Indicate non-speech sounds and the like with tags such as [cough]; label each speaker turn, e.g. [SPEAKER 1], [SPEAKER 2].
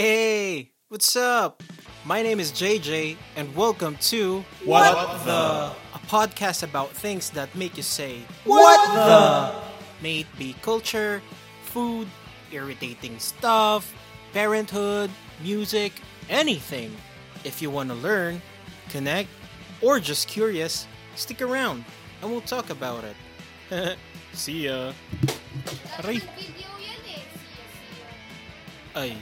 [SPEAKER 1] Hey, what's up? My name is JJ, and welcome to
[SPEAKER 2] What
[SPEAKER 1] the? A podcast about things that make you say,
[SPEAKER 2] What
[SPEAKER 1] the? May it be culture, food, irritating stuff, parenthood, music, anything. If you want to learn, connect, or just curious, stick around and we'll talk about it. [laughs] See ya. Aray.
[SPEAKER 3] Video yan eh. See you, see you.
[SPEAKER 1] Ay.